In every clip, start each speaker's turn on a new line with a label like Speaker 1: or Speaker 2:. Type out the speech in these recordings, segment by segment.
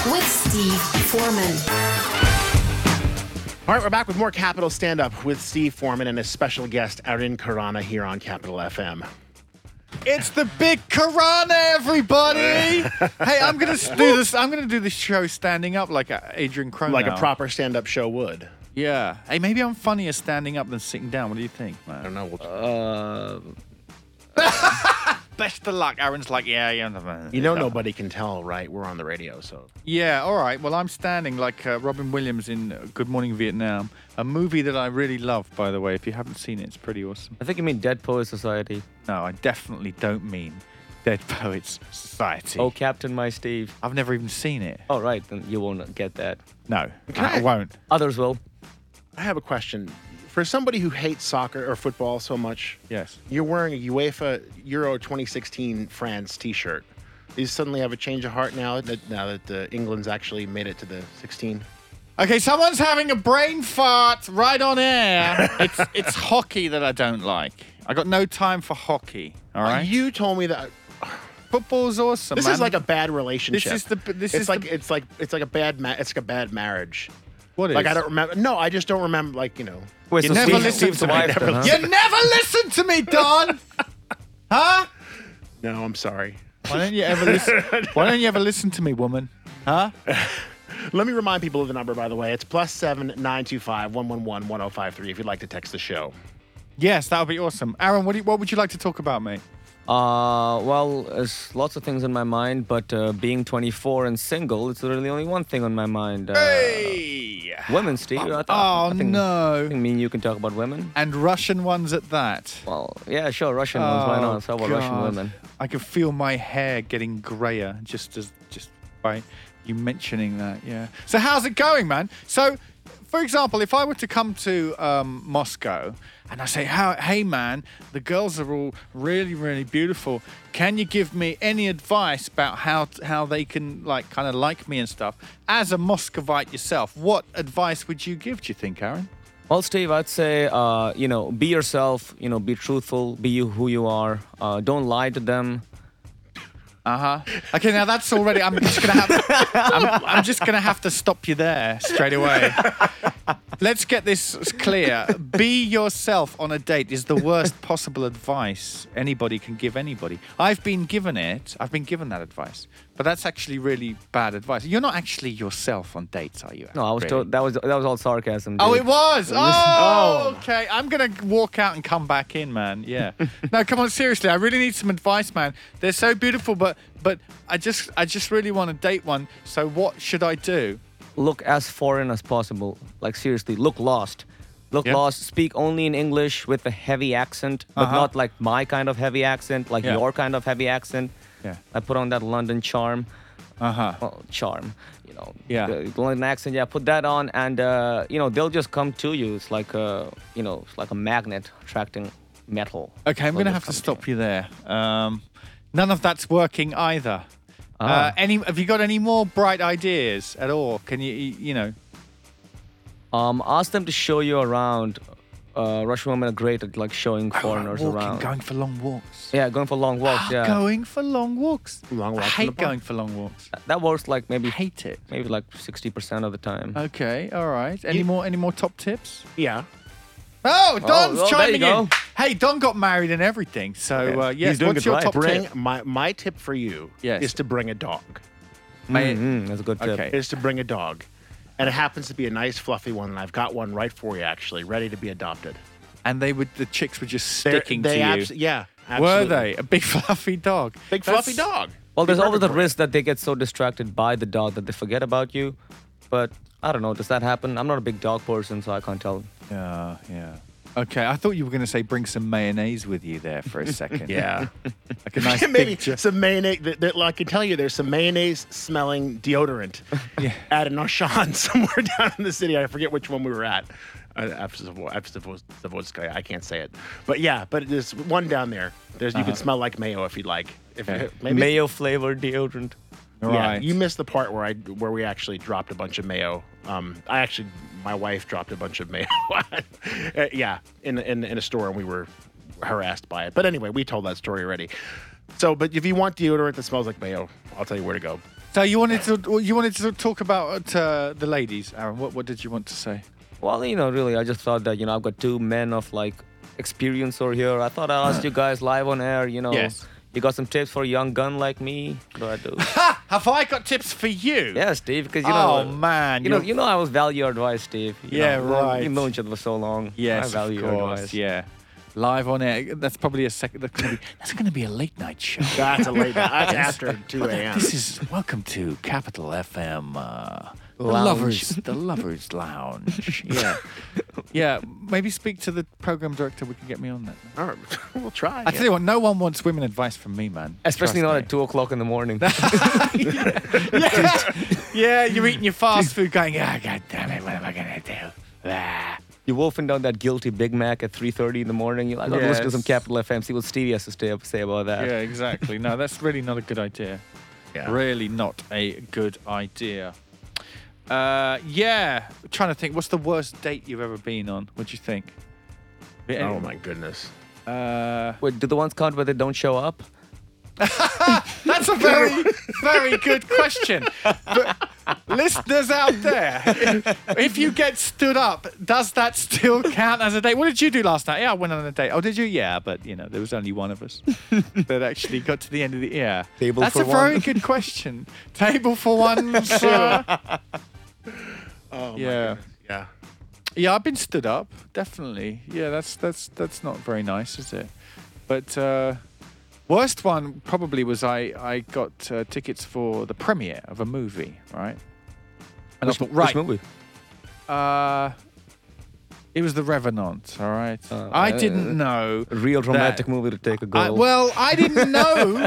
Speaker 1: Steve Foreman.
Speaker 2: All right, we're back with more Capital Stand Up with Steve Foreman and a special guest, Erin Karana, here on Capital FM.
Speaker 3: It's the big Karana, everybody! hey, I'm gonna s- do this. I'm gonna do this show standing up like uh, Adrian Croner.
Speaker 2: Like a proper stand up show would.
Speaker 3: Yeah. Hey, maybe I'm funnier standing up than sitting down. What do you think?
Speaker 2: I
Speaker 3: Man?
Speaker 2: don't know. We'll,
Speaker 3: Best of luck. Aaron's like, yeah, yeah.
Speaker 2: you know, nobody can tell, right? We're on the radio, so.
Speaker 3: Yeah. All right. Well, I'm standing like uh, Robin Williams in uh, Good Morning Vietnam, a movie that I really love, by the way. If you haven't seen it, it's pretty awesome.
Speaker 4: I think you mean Dead Poet Society.
Speaker 3: No, I definitely don't mean Dead Poets Society.
Speaker 4: Oh, Captain, my Steve.
Speaker 3: I've never even seen it.
Speaker 4: All right, then you won't get that.
Speaker 3: No, I,
Speaker 2: Okay.
Speaker 3: won't.
Speaker 4: Others will.
Speaker 2: I have a question. For somebody who hates soccer or football so much,
Speaker 3: Yes.
Speaker 2: you're wearing a UEFA Euro 2016 France t shirt. You suddenly have a change of heart now that now that uh, England's actually made it to the 16.
Speaker 3: Okay, someone's having a brain fart right on air. it's it's hockey that I don't like. I got no time for hockey. All right,
Speaker 2: You told me that
Speaker 3: football's awesome.
Speaker 2: this
Speaker 3: man.
Speaker 2: is like a bad relationship.
Speaker 3: This is the- this
Speaker 2: it's
Speaker 3: is
Speaker 2: like
Speaker 3: the-
Speaker 2: it's like it's like a bad ma- it's like a bad marriage.
Speaker 3: What
Speaker 2: Like
Speaker 3: is?
Speaker 2: I don't remember. No, I just don't remember. Like you know,
Speaker 4: Wait,
Speaker 3: You never listen
Speaker 4: Steve's
Speaker 3: to me,
Speaker 4: wife,
Speaker 2: never
Speaker 4: then, huh?
Speaker 3: You never listen to me, Don. huh?
Speaker 2: no, I'm sorry.
Speaker 3: Why don't you ever listen? Why don't you ever listen to me, woman? Huh?
Speaker 2: Let me remind people of the number, by the way. It's plus seven nine two five one one one one zero five three. If you'd like to text the show,
Speaker 3: Yes, that would be awesome. Aaron, what do you, what would you like to talk about, mate?
Speaker 4: Uh, well, there's lots of things on my mind, but uh, being 24 and single, it's really only one thing on my mind. Uh,
Speaker 3: Hey.
Speaker 4: Women, Steve. I thought-
Speaker 3: Oh,
Speaker 4: I think,
Speaker 3: no.
Speaker 4: I think me and you can talk about women.
Speaker 3: And Russian ones at that.
Speaker 4: Well, yeah, sure, Russian ones. Why not? So about Russian
Speaker 3: Oh, God.
Speaker 4: women.
Speaker 3: I can feel my hair getting grayer just as just by you mentioning that. Yeah. So how's it going, man? So, for example, if I were to come to um, Moscow and I say, "How- "Hey, man, the girls are all really, really beautiful. Can you give me any advice about how how they can like kind of like me and stuff?" As a Moscovite yourself, what advice would you give? Do you think, Aaron?
Speaker 4: Well, Steve, I'd say, uh, you know, be yourself, you know, be truthful, be you who you are. Uh, don't lie to them.
Speaker 3: Uh huh. Okay, now that's already. I'm just gonna have. I'm, I'm just gonna have to stop you there straight away. Let's get this clear. Be yourself on a date is the worst possible advice anybody can give anybody. I've been given it. I've been given that advice, but that's actually really bad advice. You're not actually yourself on dates, are you?
Speaker 4: No, I was
Speaker 3: really?
Speaker 4: told that was that was all sarcasm.
Speaker 3: Oh,
Speaker 4: dude.
Speaker 3: it was.
Speaker 4: Oh.
Speaker 3: Oh, okay. I'm gonna walk out and come back in, man. Yeah. no, come on. Seriously, I really need some advice, man. They're so beautiful, but but I just I just really want to date one. So what should I do?
Speaker 4: look as foreign as possible. Like seriously, look lost. Look
Speaker 3: Yeah.
Speaker 4: lost. Speak only in English with a heavy accent, but
Speaker 3: Uh-huh.
Speaker 4: not like my kind of heavy accent, like
Speaker 3: Yeah.
Speaker 4: your kind of heavy accent.
Speaker 3: Yeah.
Speaker 4: I put on that London charm.
Speaker 3: Uh huh.
Speaker 4: Well, charm, you know.
Speaker 3: Yeah.
Speaker 4: the London accent. Yeah, put that on, and uh, you know they'll just come to you. It's like a, you know, it's like a magnet attracting metal.
Speaker 3: Okay, I'm
Speaker 4: They'll
Speaker 3: gonna
Speaker 4: just
Speaker 3: have to
Speaker 4: come
Speaker 3: stop
Speaker 4: you.
Speaker 3: you there. Um, none of that's working either. Uh,
Speaker 4: Ah.
Speaker 3: any? Have you got any more bright ideas at all? Can you you you know?
Speaker 4: Um, ask them to show you around. Uh, Russian women are great at like showing foreigners
Speaker 3: walking,
Speaker 4: around.
Speaker 3: going for long walks. Ah,
Speaker 4: yeah, going for long walks. Yeah.
Speaker 3: Going for long walks.
Speaker 2: Long walks
Speaker 3: I
Speaker 2: in the
Speaker 3: hate
Speaker 2: park.
Speaker 3: going for long walks.
Speaker 4: That works like maybe
Speaker 3: I hate it.
Speaker 4: maybe like 60% of the time.
Speaker 3: Okay, all right. Any
Speaker 2: You-
Speaker 3: more? Any more top tips?
Speaker 2: yeah,
Speaker 3: Oh, Don's
Speaker 4: well, there
Speaker 3: chiming
Speaker 4: you go.
Speaker 3: in. Hey, Don got married and everything. So uh,
Speaker 4: Yes.
Speaker 3: yes,
Speaker 4: He's doing
Speaker 3: what's
Speaker 4: good
Speaker 3: your
Speaker 4: right.
Speaker 3: top
Speaker 2: bring
Speaker 3: tip?
Speaker 2: my my tip for you
Speaker 3: Yes.
Speaker 2: is to bring a dog.
Speaker 3: Mate,
Speaker 4: Mm, that's a good tip.
Speaker 3: Okay.
Speaker 2: Is to bring a dog, and it happens to be a nice fluffy one, and I've got one right for you actually, ready to be adopted.
Speaker 3: And they would, the chicks were just
Speaker 2: They're-
Speaker 3: sticking
Speaker 2: they
Speaker 3: to
Speaker 2: abs-
Speaker 3: you.
Speaker 2: Yeah,
Speaker 3: were
Speaker 2: absolutely.
Speaker 3: they a big fluffy dog?
Speaker 2: Big
Speaker 3: That's-
Speaker 2: fluffy dog.
Speaker 4: Well, there's
Speaker 2: Be
Speaker 4: always the
Speaker 2: perfect for you.
Speaker 4: risk that they get so distracted by the dog that they forget about you. But I don't know, does that happen? I'm not a big dog person, so I can't tell.
Speaker 3: Yeah, yeah. Okay, I thought you were going to say bring some mayonnaise with you there for a second.
Speaker 2: Yeah.
Speaker 3: like a nice
Speaker 2: maybe
Speaker 3: picture.
Speaker 2: some mayonnaise. th- th- I can tell you, there's some mayonnaise smelling deodorant at an Auchan somewhere down in the city. I forget which one we were at. Uh, Avsevo- Avsevo- Zavotskaya, I can't say it, but yeah, but there's one down there. There's you can smell like mayo if you'd like. If
Speaker 3: Uh-huh. Okay.
Speaker 2: maybe,
Speaker 4: Mayo flavored deodorant.
Speaker 3: All
Speaker 2: yeah,
Speaker 3: right.
Speaker 2: you missed the part where I where we actually dropped a bunch of mayo. Um, I actually my wife dropped a bunch of mayo. Uh, yeah, in, in in a store and we were harassed by it. But anyway, we told that story already. So, but if you want deodorant that smells like mayo, I'll tell you where to go.
Speaker 3: So you wanted to you wanted to talk about uh, the ladies, Aaron. What what did you want to say?
Speaker 4: Well, you know, really, I just thought that you know I've got two men of like experience over here. I thought I asked you guys live on air. You know,
Speaker 3: Yes.
Speaker 4: you got some tips for a young gun like me, but uh,
Speaker 3: Ha! Have I got tips for you?
Speaker 4: yeah, Steve, because you know,
Speaker 3: oh man,
Speaker 4: you know,
Speaker 3: you're-
Speaker 4: you know, I was value your advice, Steve. You
Speaker 3: Yeah,
Speaker 4: know, we've-
Speaker 3: right.
Speaker 4: We've known each other for so long. I
Speaker 3: Yes,
Speaker 4: value
Speaker 3: of
Speaker 4: your
Speaker 3: course.
Speaker 4: advice.
Speaker 3: Yeah, live on air. That's probably a second. That's gonna be, that's gonna be a late night show.
Speaker 2: That's a late. That's after 2 a.m.
Speaker 3: This is welcome to Capital FM. Uh, the
Speaker 4: Lounge.
Speaker 3: lovers, the lovers lounge. Yeah, yeah. Maybe speak to the program director. We can get me on that.
Speaker 2: All right, we'll try.
Speaker 3: I tell you what, no one wants women advice from me, man.
Speaker 4: Especially not
Speaker 3: Trust
Speaker 4: at two o'clock in the morning.
Speaker 3: me. Yeah, you're eating your fast food, going, ah, god damn it, what am I gonna do? Ah.
Speaker 4: You're wolfing down that guilty Big Mac at 3:30 in the morning. You're like, oh, listen to some
Speaker 3: Yes.
Speaker 4: Capital FM. See what Stevie has to stay up, say about that.
Speaker 3: Yeah, exactly. No, that's really not a good idea.
Speaker 2: Yeah.
Speaker 3: Really not a good idea. Uh, yeah, trying to think. What's the worst date you've ever been on? What do you think?
Speaker 2: Oh my goodness.
Speaker 3: Uh,
Speaker 4: Wait, do the ones count where they don't show up?
Speaker 3: that's a very, very good question. But listeners out there, if you get stood up, does that still count as a date? What did you do last night? Yeah, I went on a date. Oh, did you? Yeah, but you know, there was only one of us that actually got to the end of the yeah.
Speaker 4: Table
Speaker 3: that's
Speaker 4: for
Speaker 3: a very
Speaker 4: one.
Speaker 3: good question. Table for one, sir.
Speaker 2: Oh
Speaker 3: Yeah.
Speaker 2: Yeah.
Speaker 3: Yeah, I've been stood up, definitely. Yeah, that's that's that's not very nice, is it? But uh, worst one probably was I I got uh, tickets for the premiere of a movie, right? And I
Speaker 4: Which,
Speaker 3: thought,
Speaker 4: which
Speaker 3: right,
Speaker 4: movie?
Speaker 3: uh, it was The Revenant, all right.
Speaker 4: Uh,
Speaker 3: I
Speaker 4: uh,
Speaker 3: didn't know.
Speaker 4: A real romantic
Speaker 3: that-
Speaker 4: movie to take a girl.
Speaker 3: I, well, I didn't know.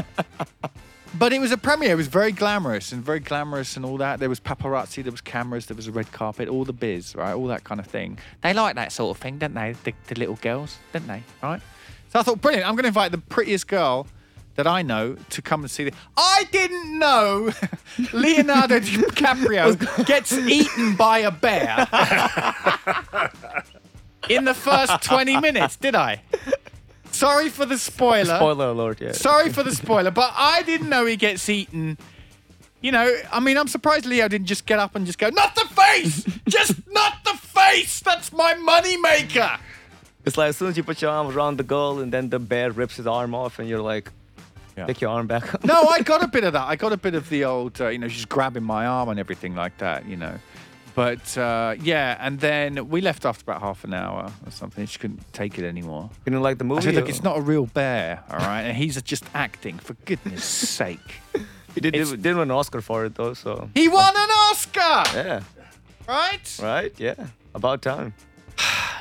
Speaker 3: But it was a premiere. It was very glamorous and very glamorous and all that. There was paparazzi, there was cameras, there was a red carpet, all the biz, right? All that kind of thing. They like that sort of thing, don't they? The, the little girls, don't they? Right? So I thought, brilliant. I'm going to invite the prettiest girl that I know to come and see the. I didn't know Leonardo DiCaprio gets eaten by a bear in the first 20 minutes, did I? Sorry for the
Speaker 4: Spoiler alert, yeah.
Speaker 3: Sorry for the spoiler, but I didn't know he gets eaten. You know, I mean, I'm surprised Leo didn't just get up and just go, not the face! just not the face! That's my moneymaker!
Speaker 4: It's like as soon as you put your arm around the girl and then the bear rips his arm off and you're like,
Speaker 3: Yeah.
Speaker 4: pick your arm back up.
Speaker 3: No, I got a bit of that. I got a bit of the old, uh, you know, she's grabbing my arm and everything like that, you know. But uh, yeah, and then we left after about half an hour or something. She couldn't take it anymore.
Speaker 4: You know, like the movie.
Speaker 3: I said, look,
Speaker 4: or-
Speaker 3: it's not a real bear, all right? And he's just acting, for goodness sake.
Speaker 4: He did,
Speaker 3: it's-
Speaker 4: did, did win an Oscar for it though, so.
Speaker 3: He won an Oscar,
Speaker 4: Yeah,
Speaker 3: right?
Speaker 4: right? Yeah. About time.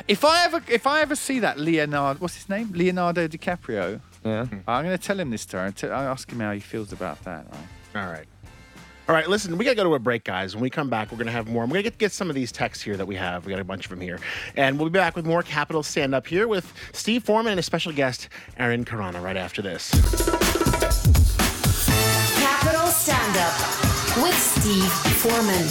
Speaker 3: If I ever if I ever see that Leonardo, what's his name? Leonardo DiCaprio.
Speaker 4: Yeah.
Speaker 3: I'm going to tell him this story. and t- I ask him how he feels about that. Right?
Speaker 2: All right. All right, listen, we got to go to a break, guys. When we come back, we're going to have more. I'm going to get, get some of these texts here that we have. We got a bunch of them here. And we'll be back with more Capital Stand Up here with Steve Foreman and a special guest, Aaron Carana, right after this.
Speaker 1: Capital Stand Up with Steve Foreman.